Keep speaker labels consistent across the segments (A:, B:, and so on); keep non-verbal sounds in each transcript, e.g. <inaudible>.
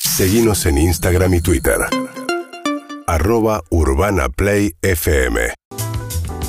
A: Seguimos en Instagram y Twitter. Arroba Urbana Play FM.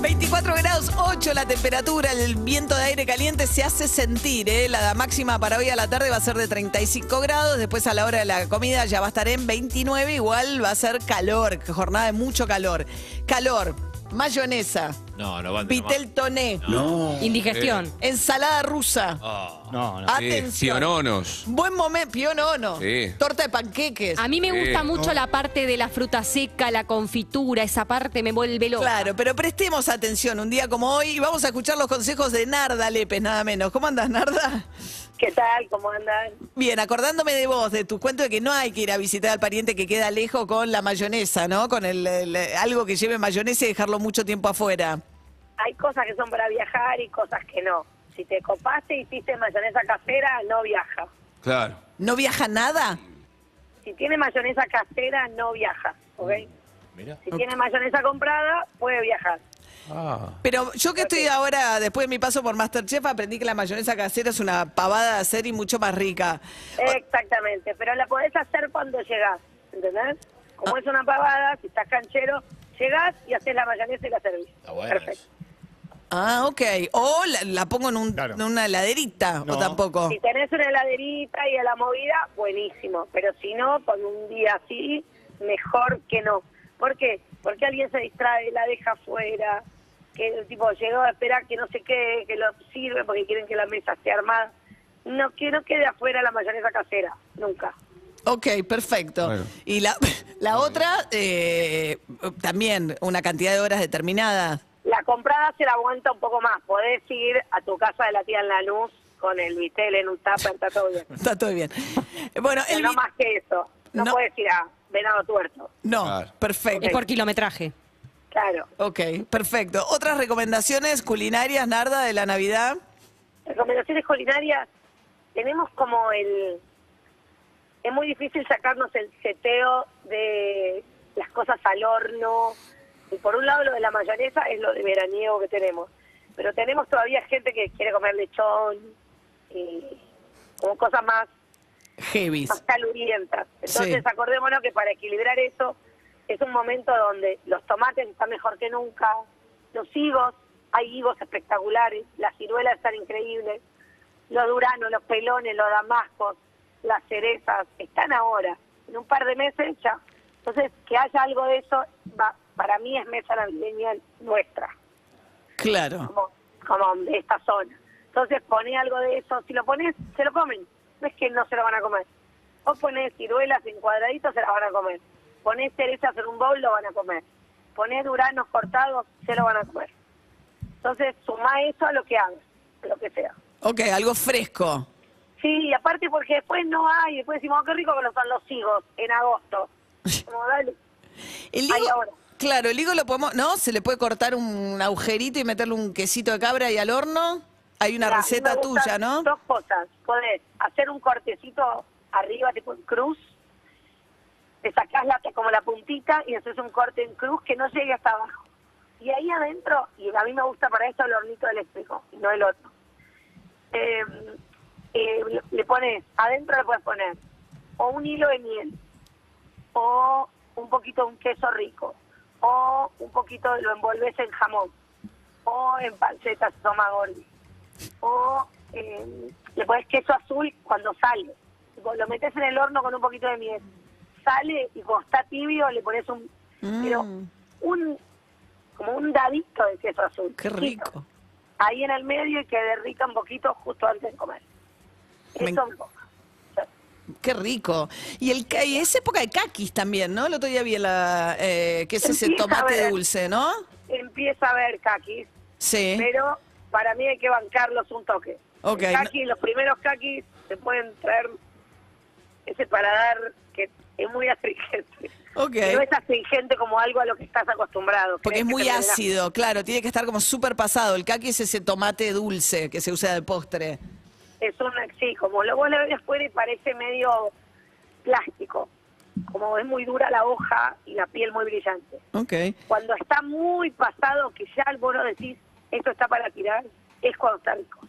B: 24 grados 8 la temperatura, el viento de aire caliente se hace sentir. ¿eh? La máxima para hoy a la tarde va a ser de 35 grados, después a la hora de la comida ya va a estar en 29, igual va a ser calor, jornada de mucho calor. Calor, mayonesa,
C: No, no van de nomás.
B: pitel toné,
D: No.
E: Indigestión.
B: Eh, ensalada rusa.
C: Oh.
D: No, no.
B: Atención.
F: Piononos.
B: Buen momento, pionono.
F: Sí.
B: Torta de panqueques.
E: A mí me
F: Sí.
E: gusta mucho la parte de la fruta seca, la confitura, esa parte me vuelve loca.
B: Claro, pero prestemos atención un día como hoy y vamos a escuchar los consejos de Narda Lépez, nada menos. ¿Cómo andas, Narda?
G: ¿Qué tal? ¿Cómo andan?
B: Bien, acordándome de vos, de tu cuento de que no hay que ir a visitar al pariente que queda lejos con la mayonesa, ¿no? Con el, el- algo que lleve mayonesa y dejarlo mucho tiempo afuera.
G: Hay cosas que son para viajar y cosas que no. Si te copaste y hiciste mayonesa casera, no viaja.
F: Claro.
B: ¿No viaja nada?
G: Si tiene mayonesa casera, no viaja, ¿ok?
C: Mirá.
G: Si tiene mayonesa comprada, puede viajar.
B: Pero yo que estoy ahora, después de mi paso por Masterchef, aprendí que la mayonesa casera es una pavada de hacer y mucho más rica.
C: Ah.
G: Exactamente, pero la podés hacer cuando llegás, ¿entendés?
C: Ah.
G: Como es una pavada, si estás canchero, llegás y haces la mayonesa y la servís.
C: Está bueno
G: Perfecto.
B: Ah, ok. O la, la pongo en, un-
D: Claro.
B: en una heladerita, o
D: No.
B: tampoco.
G: Si tenés una heladerita y a la movida, buenísimo. Pero si no, con un día así, mejor que no. ¿Por qué? Porque alguien se distrae, la deja afuera, que el tipo llegó a esperar que no sé qué, que lo sirve porque quieren que la mesa esté armada. No, que no quede afuera la mayonesa casera, nunca.
B: Ok, perfecto.
F: Bueno.
B: Y la, <laughs> la otra, eh, también una cantidad de horas determinada. <laughs>
G: La comprada se la aguanta un poco más. Podés ir a tu casa de la tía en la luz con el vitel en un tupper, está todo bien.
B: Está todo bien. Bueno,
G: Pero
B: el
G: no
B: vi-
G: más que eso. No,
B: No.
G: podés ir a venado tuerto.
B: No,
F: Claro.
B: perfecto.
E: Es por kilometraje.
G: Claro.
B: Ok, perfecto. Otras recomendaciones culinarias, Narda, de la Navidad.
G: recomendaciones culinarias, tenemos como el... Es muy difícil sacarnos el seteo de las cosas al horno. Y por un lado lo de la mayonesa es lo de veraniego que tenemos. Pero tenemos todavía gente que quiere comer lechón y como cosas más,
B: Heavis.
G: más calurientas. Entonces
B: Sí.
G: acordémonos que para equilibrar eso es un momento donde los tomates están mejor que nunca, los higos, hay higos espectaculares, las ciruelas están increíbles los duranos, los pelones, los damascos, las cerezas, están ahora, en un par de meses ya. Entonces, que haya algo de eso, va- para mí es mesa navideña nuestra,
B: Claro.
G: como, como de esta zona. Entonces, poné algo de eso, si lo pones, se lo comen, no es que no se lo van a comer. Vos ponés ciruelas en cuadraditos, se las van a comer. Ponés cerezas en un bowl, lo van a comer. Ponés duranos cortados, se lo van a comer. Entonces, sumá eso a lo que hagas, a lo que sea.
B: Ok, algo fresco.
G: Sí, y aparte porque después no hay, después decimos, "Ah, qué rico que lo son los higos en agosto. Como, dale.
B: El
G: Ay, ahora.
B: claro, el higo lo podemos, ¿no? Se le puede cortar un agujerito y meterle un quesito de cabra y al horno. Hay una
G: Mira, a mí
B: receta
G: me gustan
B: tuya, ¿no?
G: Dos cosas. Podés hacer un cortecito arriba, tipo en cruz, te sacás la, como la puntita y haces un corte en cruz que no llegue hasta abajo. Y ahí adentro, y a mí me gusta para esto el hornito eléctrico, y no el otro. Eh, eh, le pones, adentro le puedes poner o un hilo de miel, o un poquito de un queso rico, o un poquito lo envolves en jamón, o en panceta tomagordi, o eh, le pones queso azul cuando sale. Tipo, Lo metes en el horno con un poquito de miel. Sale y cuando está tibio le pones un.
B: Mm.
G: Pero un. como un dadito de queso azul.
B: Qué
G: chiquito,
B: rico.
G: Ahí en el medio y que derrica un poquito justo antes de comer.
B: Me
G: Eso un poco.
B: Qué rico. Y el ca- y es época de caquis también, ¿no? El otro día vi la, eh, que es ese
G: Empieza a
B: tomate
G: ver.
B: dulce, ¿no?
G: Empieza a ver caquis.
B: Sí.
G: pero para mí hay que bancarlos un toque.
B: Ok.
G: El caqui, los primeros caquis se pueden traer ese paladar que es muy astringente.
B: Ok.
G: No es astringente como algo a lo que estás acostumbrado.
B: Porque
G: Crees
B: es
G: que
B: muy
G: te relaja.
B: ácido, claro, tiene que estar como súper pasado. El caqui es ese tomate dulce que se usa de postre.
G: Es un, sí, como lo vos lo ves afuera y parece medio plástico. Como es muy dura la hoja y la piel muy brillante.
B: Ok.
G: Cuando está muy pasado, que ya al vos lo decís, esto está para tirar, es cuando está rico.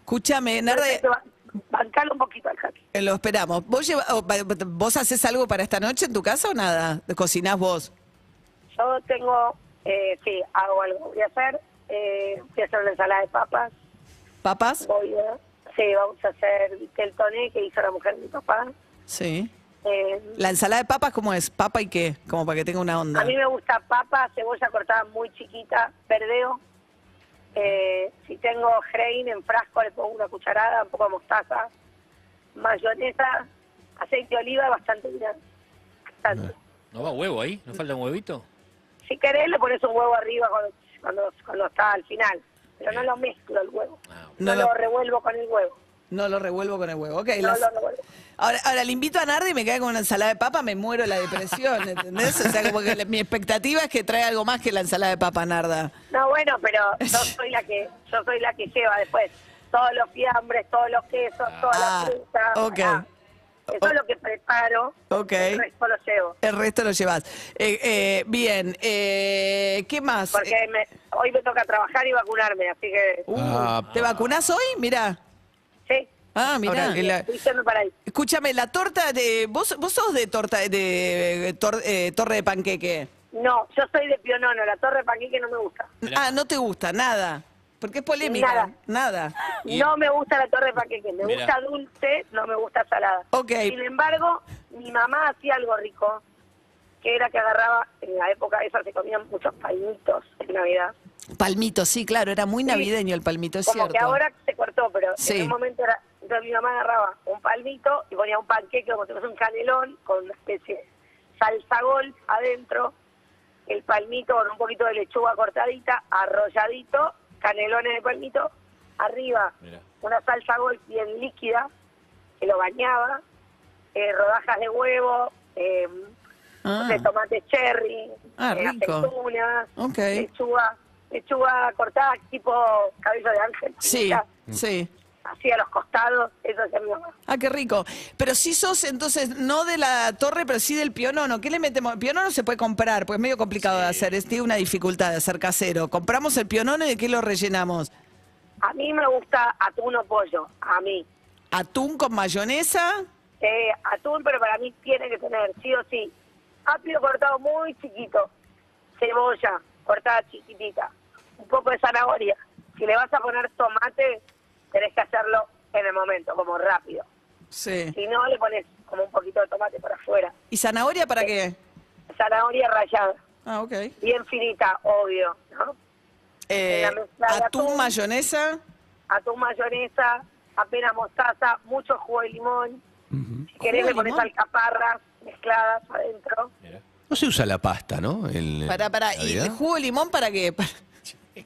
B: Escúchame, Narda,
G: Entonces, va- Bancalo un poquito al jaque.
B: Eh, Lo esperamos. ¿Vos, lleva- o va- ¿Vos haces algo para esta noche en tu casa o nada? ¿Cocinás vos?
G: Yo tengo, eh, sí, hago algo. Voy a hacer, eh, voy a hacer una ensalada de papas.
B: ¿Papas?
G: Voy a, sí, vamos a hacer el toné que hizo la mujer de mi papá.
B: Sí.
G: Eh,
B: ¿La ensalada de papas cómo es? ¿Papa y qué? Como para que tenga una onda.
G: a mí me gusta papa, cebolla cortada muy chiquita, verdeo. Eh, si tengo grain en frasco, le pongo una cucharada, un poco de mostaza, mayonesa, aceite de oliva, bastante bien. Bastante.
C: ¿No va huevo ahí? ¿No falta un huevito?
G: Si querés, le pones un huevo arriba cuando, cuando, cuando está al final. Pero no lo mezclo el huevo.
C: Ah, bueno.
B: No
G: No, lo...
B: lo-
G: revuelvo con el huevo.
B: No lo revuelvo con el huevo. Ok,
G: No
B: las-
G: lo revuelvo.
B: Ahora, ahora le invito a Nardi y me cae con una ensalada de papa, me muero la depresión, <laughs> ¿entendés? O sea, como que la- mi expectativa es que trae algo más que la ensalada de papa, Narda.
G: No, bueno, pero
B: <laughs>
G: yo soy la que yo soy la que lleva después todos los fiambres, todos los quesos, toda
B: Ah,
G: la fruta.
B: ok.
G: ah, eso es lo que preparo.
B: Ok.
G: El resto lo llevo.
B: El resto lo llevas. Eh, eh, bien, eh, ¿qué más?
G: Porque
B: Eh,
G: me- hoy me toca trabajar y vacunarme, así que
B: uh,
D: Ah.
B: ¿Te vacunás hoy? Mirá.
G: sí,
B: Ah, mirá.
E: Ahora, el-
G: estoy yendo para ahí.
B: Escúchame, la torta de. ¿Vos, vos sos de torta de eh, tor- eh, torre de panqueque?
G: No, yo soy de Pionono, la torre de panqueque no me gusta.
C: Mirá.
B: Ah, no te gusta, nada. Porque es polémica. Nada.
C: Y-
G: No me gusta la torre de panqueque, me
C: Mirá.
G: gusta dulce, no me gusta salada.
B: Ok.
G: Sin embargo, mi mamá hacía algo rico, que era que agarraba, en la época esa se comían muchos pañitos en Navidad.
B: Palmito, sí, claro, era muy navideño el palmito, es
G: Como
B: cierto.
G: que ahora se cortó, pero
B: Sí.
G: en un momento era, entonces mi mamá agarraba un palmito y ponía un panqueque como si fuese un canelón con una especie de salsa golf adentro, el palmito con un poquito de lechuga cortadita, arrolladito, canelones de palmito, arriba
C: Mirá.
G: una salsa golf bien líquida, que lo bañaba, eh, rodajas de huevo, eh,
B: Ah.
G: de tomate cherry,
B: Ah,
G: eh,
B: rico.
G: aceitunas,
B: Ok.
G: lechuga, lechuga cortada tipo cabello de ángel.
B: Sí,
G: finita,
B: sí.
G: Así a los costados, eso hacía mi mamá.
B: Ah, qué rico. Pero sí sos entonces, no de la torre, pero sí del pionono. ¿Qué le metemos? El pionono se puede comprar, pues es medio complicado de hacer. Es, tiene una dificultad de hacer casero. Compramos el pionono y de qué lo rellenamos.
G: A mí me gusta atún o pollo, a mí.
B: Atún con mayonesa.
G: Eh, atún, pero para mí tiene que tener, sí o sí, apio cortado muy chiquito, cebolla cortada chiquitita, un poco de zanahoria. Si le vas a poner tomate, tenés que hacerlo en el momento, como rápido.
B: Sí.
G: Si no, le pones como un poquito de tomate por afuera.
B: ¿Y zanahoria para qué?
G: Zanahoria rallada,
B: Ah, ok.
G: bien finita, obvio, ¿no?
B: Eh,
G: la mezcla de
B: atún,
G: atún.
B: mayonesa.
G: Atún mayonesa, apenas mostaza, mucho jugo de limón. Si querés,
B: ¿Jugo de
G: le pones
B: limón?
G: alcaparras mezcladas adentro.
C: Mirá.
D: No se usa la pasta, ¿no? En-
B: Para, para. ¿Y
D: Navidad.
B: el jugo de limón para qué? <laughs> Para-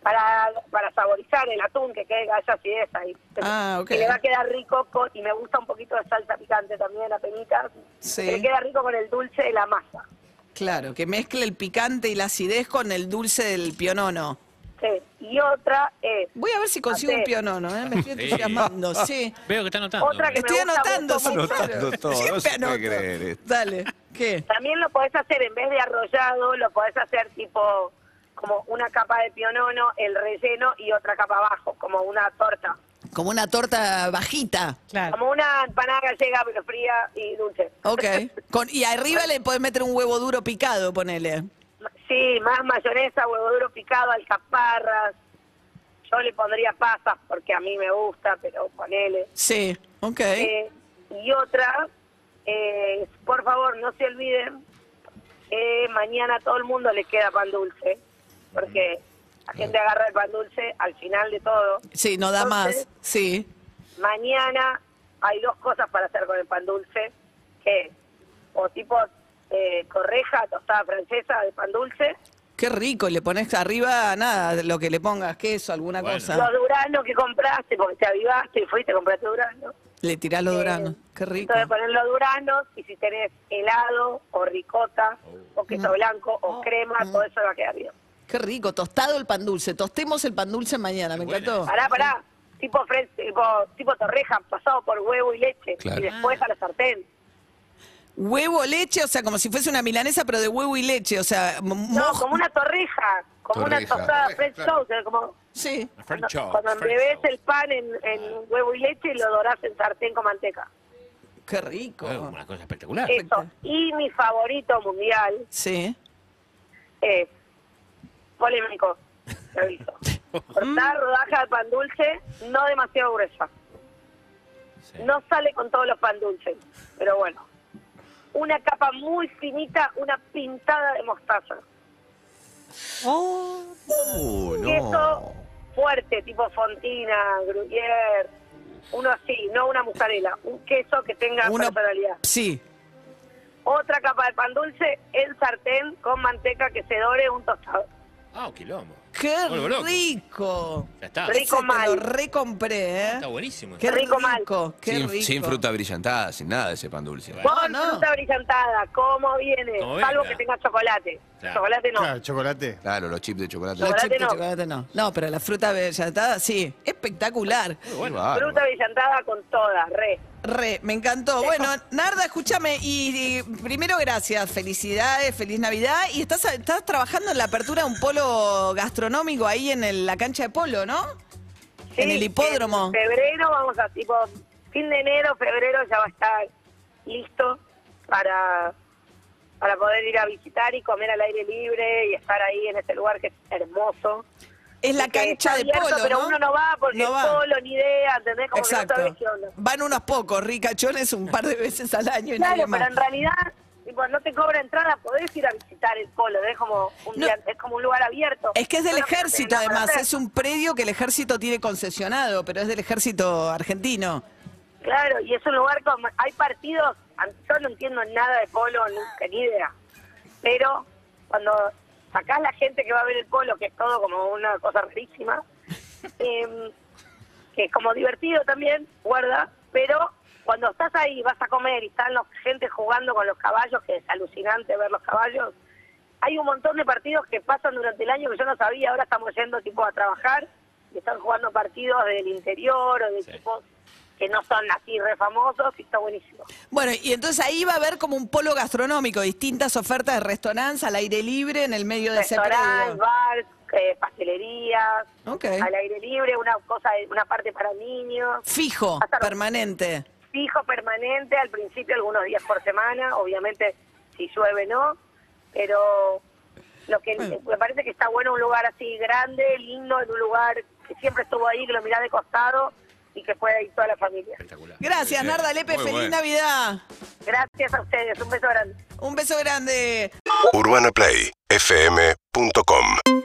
G: para, para saborizar el atún que quede haya acidez ahí.
B: Ah, ok.
G: Que le va a quedar rico con- y me gusta un poquito de salsa picante también, la penita.
B: Sí.
G: Que le queda rico con el dulce de la masa.
B: Claro, que mezcle el picante y la acidez con el dulce del pionono.
G: Sí. Y otra es
B: Voy a ver si consigo un
G: Hacer.
B: pionono, ¿eh? me estoy
C: Sí.
B: entusiasmando,
G: <laughs>
B: sí.
C: Veo que está anotando.
G: Otra
C: hombre.
G: que
B: Estoy
G: me gusta
B: anotando,
G: mucho,
B: sí,
G: mucho.
B: claro.
D: Anotando todo, no
B: Siempre
D: se puede
B: anoto.
D: creer esto.
B: Dale, ¿qué?
G: También lo podés hacer en vez de arrollado, lo podés hacer tipo como una capa de pionono, el relleno y otra capa abajo, como una torta.
B: Como una torta bajita.
G: Como una empanada gallega, pero fría y dulce.
B: Ok. Con, y arriba le podés meter un huevo duro picado, ponele.
G: <laughs> Sí, más mayonesa, huevo duro picado, alcaparras. Yo le pondría pasas porque a mí me gusta, pero ponele.
B: Sí, ok.
G: Eh, y otra, eh, por favor, no se olviden, eh, mañana a todo el mundo le queda pan dulce, porque la gente agarra el pan dulce al final de todo.
B: Sí, no da más.
G: Entonces,
B: Sí.
G: Mañana hay dos cosas para hacer con el pan dulce, que es o tipo eh, correja, tostada francesa de pan dulce,
B: Qué rico, y le pones arriba nada, lo que le pongas, queso, alguna
C: Bueno.
B: cosa.
G: Los duranos que compraste, porque te avivaste y fuiste, compraste duranos.
B: Le tirás los duranos.
G: Eh,
B: Qué rico.
G: Entonces poner los duranos y si tenés helado o ricota o queso
B: Mm.
G: blanco o
B: Oh.
G: crema, todo eso va a quedar bien.
B: Qué rico, tostado el pan dulce. Tostemos el pan dulce mañana, me
C: Buena.
B: encantó.
G: Pará, pará. Tipo, fren- tipo, tipo torreja pasado por huevo y leche
B: Ah.
D: Claro.
G: y después a la sartén.
B: Huevo, leche, o sea, como si fuese una milanesa, pero de huevo y leche, o sea, mo-
G: No,
B: moj-
G: como una torreja, como una
D: Torreja.
G: tostada
F: Torreja,
G: French
F: claro.
G: toast, o sea, como
B: Sí.
C: French
G: cuando,
C: toast,
G: cuando
C: French
G: embebes
C: toast.
G: el pan en, en huevo y leche y lo dorás en sartén con manteca.
B: Qué rico.
C: Ah, Una cosa espectacular.
G: Eso. Y mi favorito mundial
B: Sí.
G: es eh, polémico, te aviso. Cortar rodaja de pan dulce, no demasiado gruesa.
C: Sí.
G: No sale con todos los pan dulces, pero bueno. Una capa muy finita, una pintada de mostaza.
D: Uh,
G: Queso fuerte, tipo Fontina, Gruyère, uno así, no una mozzarella. Un queso que tenga
B: Uno-
G: personalidad.
B: Sí.
G: Otra capa de pan dulce en sartén con manteca que se dore un tostado.
C: Ah, un quilombo.
B: Qué
C: Me vuelvo loco.
B: rico.
C: Ya está.
G: Rico
B: Ese te
G: mal.
B: Lo recompré, ¿eh?
C: Está buenísimo.
B: Qué rico,
G: Rico mal.
B: Qué
D: sin,
B: rico.
D: sin fruta brillantada, sin nada de ese pan dulce.
C: Bueno.
G: Con
B: no.
G: fruta brillantada, ¿cómo viene?
C: Como
G: Salvo
C: venga.
G: que tenga chocolate.
C: Claro.
G: Chocolate no.
F: Claro, chocolate.
D: Claro, los chips de chocolate.
B: Los
G: Chocolate
B: chips de
G: no.
B: chocolate no. No, pero la fruta bellantada, sí. Espectacular.
D: Qué bárbaro.
G: Fruta brillantada con toda, re.
B: Re, me encantó. Bueno, Narda, escúchame. Y, y primero, gracias. Felicidades, feliz Navidad. Y estás, estás trabajando en la apertura de un polo gastronómico ahí en el- la cancha de polo, ¿no? en el
G: Sí,
B: hipódromo.
G: en febrero vamos a, tipo, fin de enero, febrero ya va a estar listo para, para poder ir a visitar y comer al aire libre y estar ahí en este lugar que es hermoso.
B: Es la
G: Y que
B: cancha
G: está
B: de
G: abierto,
B: polo.
G: Pero
B: ¿no?
G: uno no va porque
B: No va.
G: es polo, ni idea, ¿entendés? Como
B: Exacto.
G: que no sabes qué onda.
B: Van unos pocos, ricachones, un par de veces al año y
G: Claro,
B: nadie más.
G: pero en realidad tipo, no te cobra entrada, podés ir a visitar el polo, es como un,
B: No.
G: día- es como un lugar abierto.
B: Es que es del
G: Bueno, pero
B: ejército,
G: tenés nada para
B: además.
G: hacer.
B: Es un predio que el ejército tiene concesionado, pero es del ejército argentino.
G: Claro, y es un lugar como... Hay partidos, a- yo no entiendo nada de polo, nunca, ni idea, pero cuando sacás la gente que va a ver el polo, que es todo como una cosa
B: <laughs>
G: rarísima, em, que es como divertido también, guarda, pero cuando estás ahí, vas a comer y están los gente jugando con los caballos, que es alucinante ver los caballos, hay un montón de partidos que pasan durante el año que yo no sabía, ahora estamos yendo tipo a trabajar y están jugando partidos del interior o de
C: Sí.
G: equipos que no son así re famosos y está buenísimo.
B: Bueno, y entonces ahí va a haber como un polo gastronómico, distintas ofertas de restaurantes al aire libre en el medio de ese
G: Restaurantes,
B: predio.
G: bars, eh, pastelerías,
B: Ok.
G: al aire libre, una cosa, de- una parte para niños,
B: Fijo,
G: Hasta-
B: permanente.
G: fijo permanente, al principio algunos días por semana, obviamente si llueve no, pero lo que me parece que está bueno un lugar así grande, lindo, en un lugar que siempre estuvo ahí, que lo mirás de costado y que pueda ir toda la familia.
C: Espectacular.
B: Gracias,
D: Sí,
B: Narda Lepe.
D: muy
B: Feliz
D: bueno.
B: Navidad.
G: Gracias a ustedes, un beso grande.
B: Un beso grande.
A: UrbanaPlayFM.com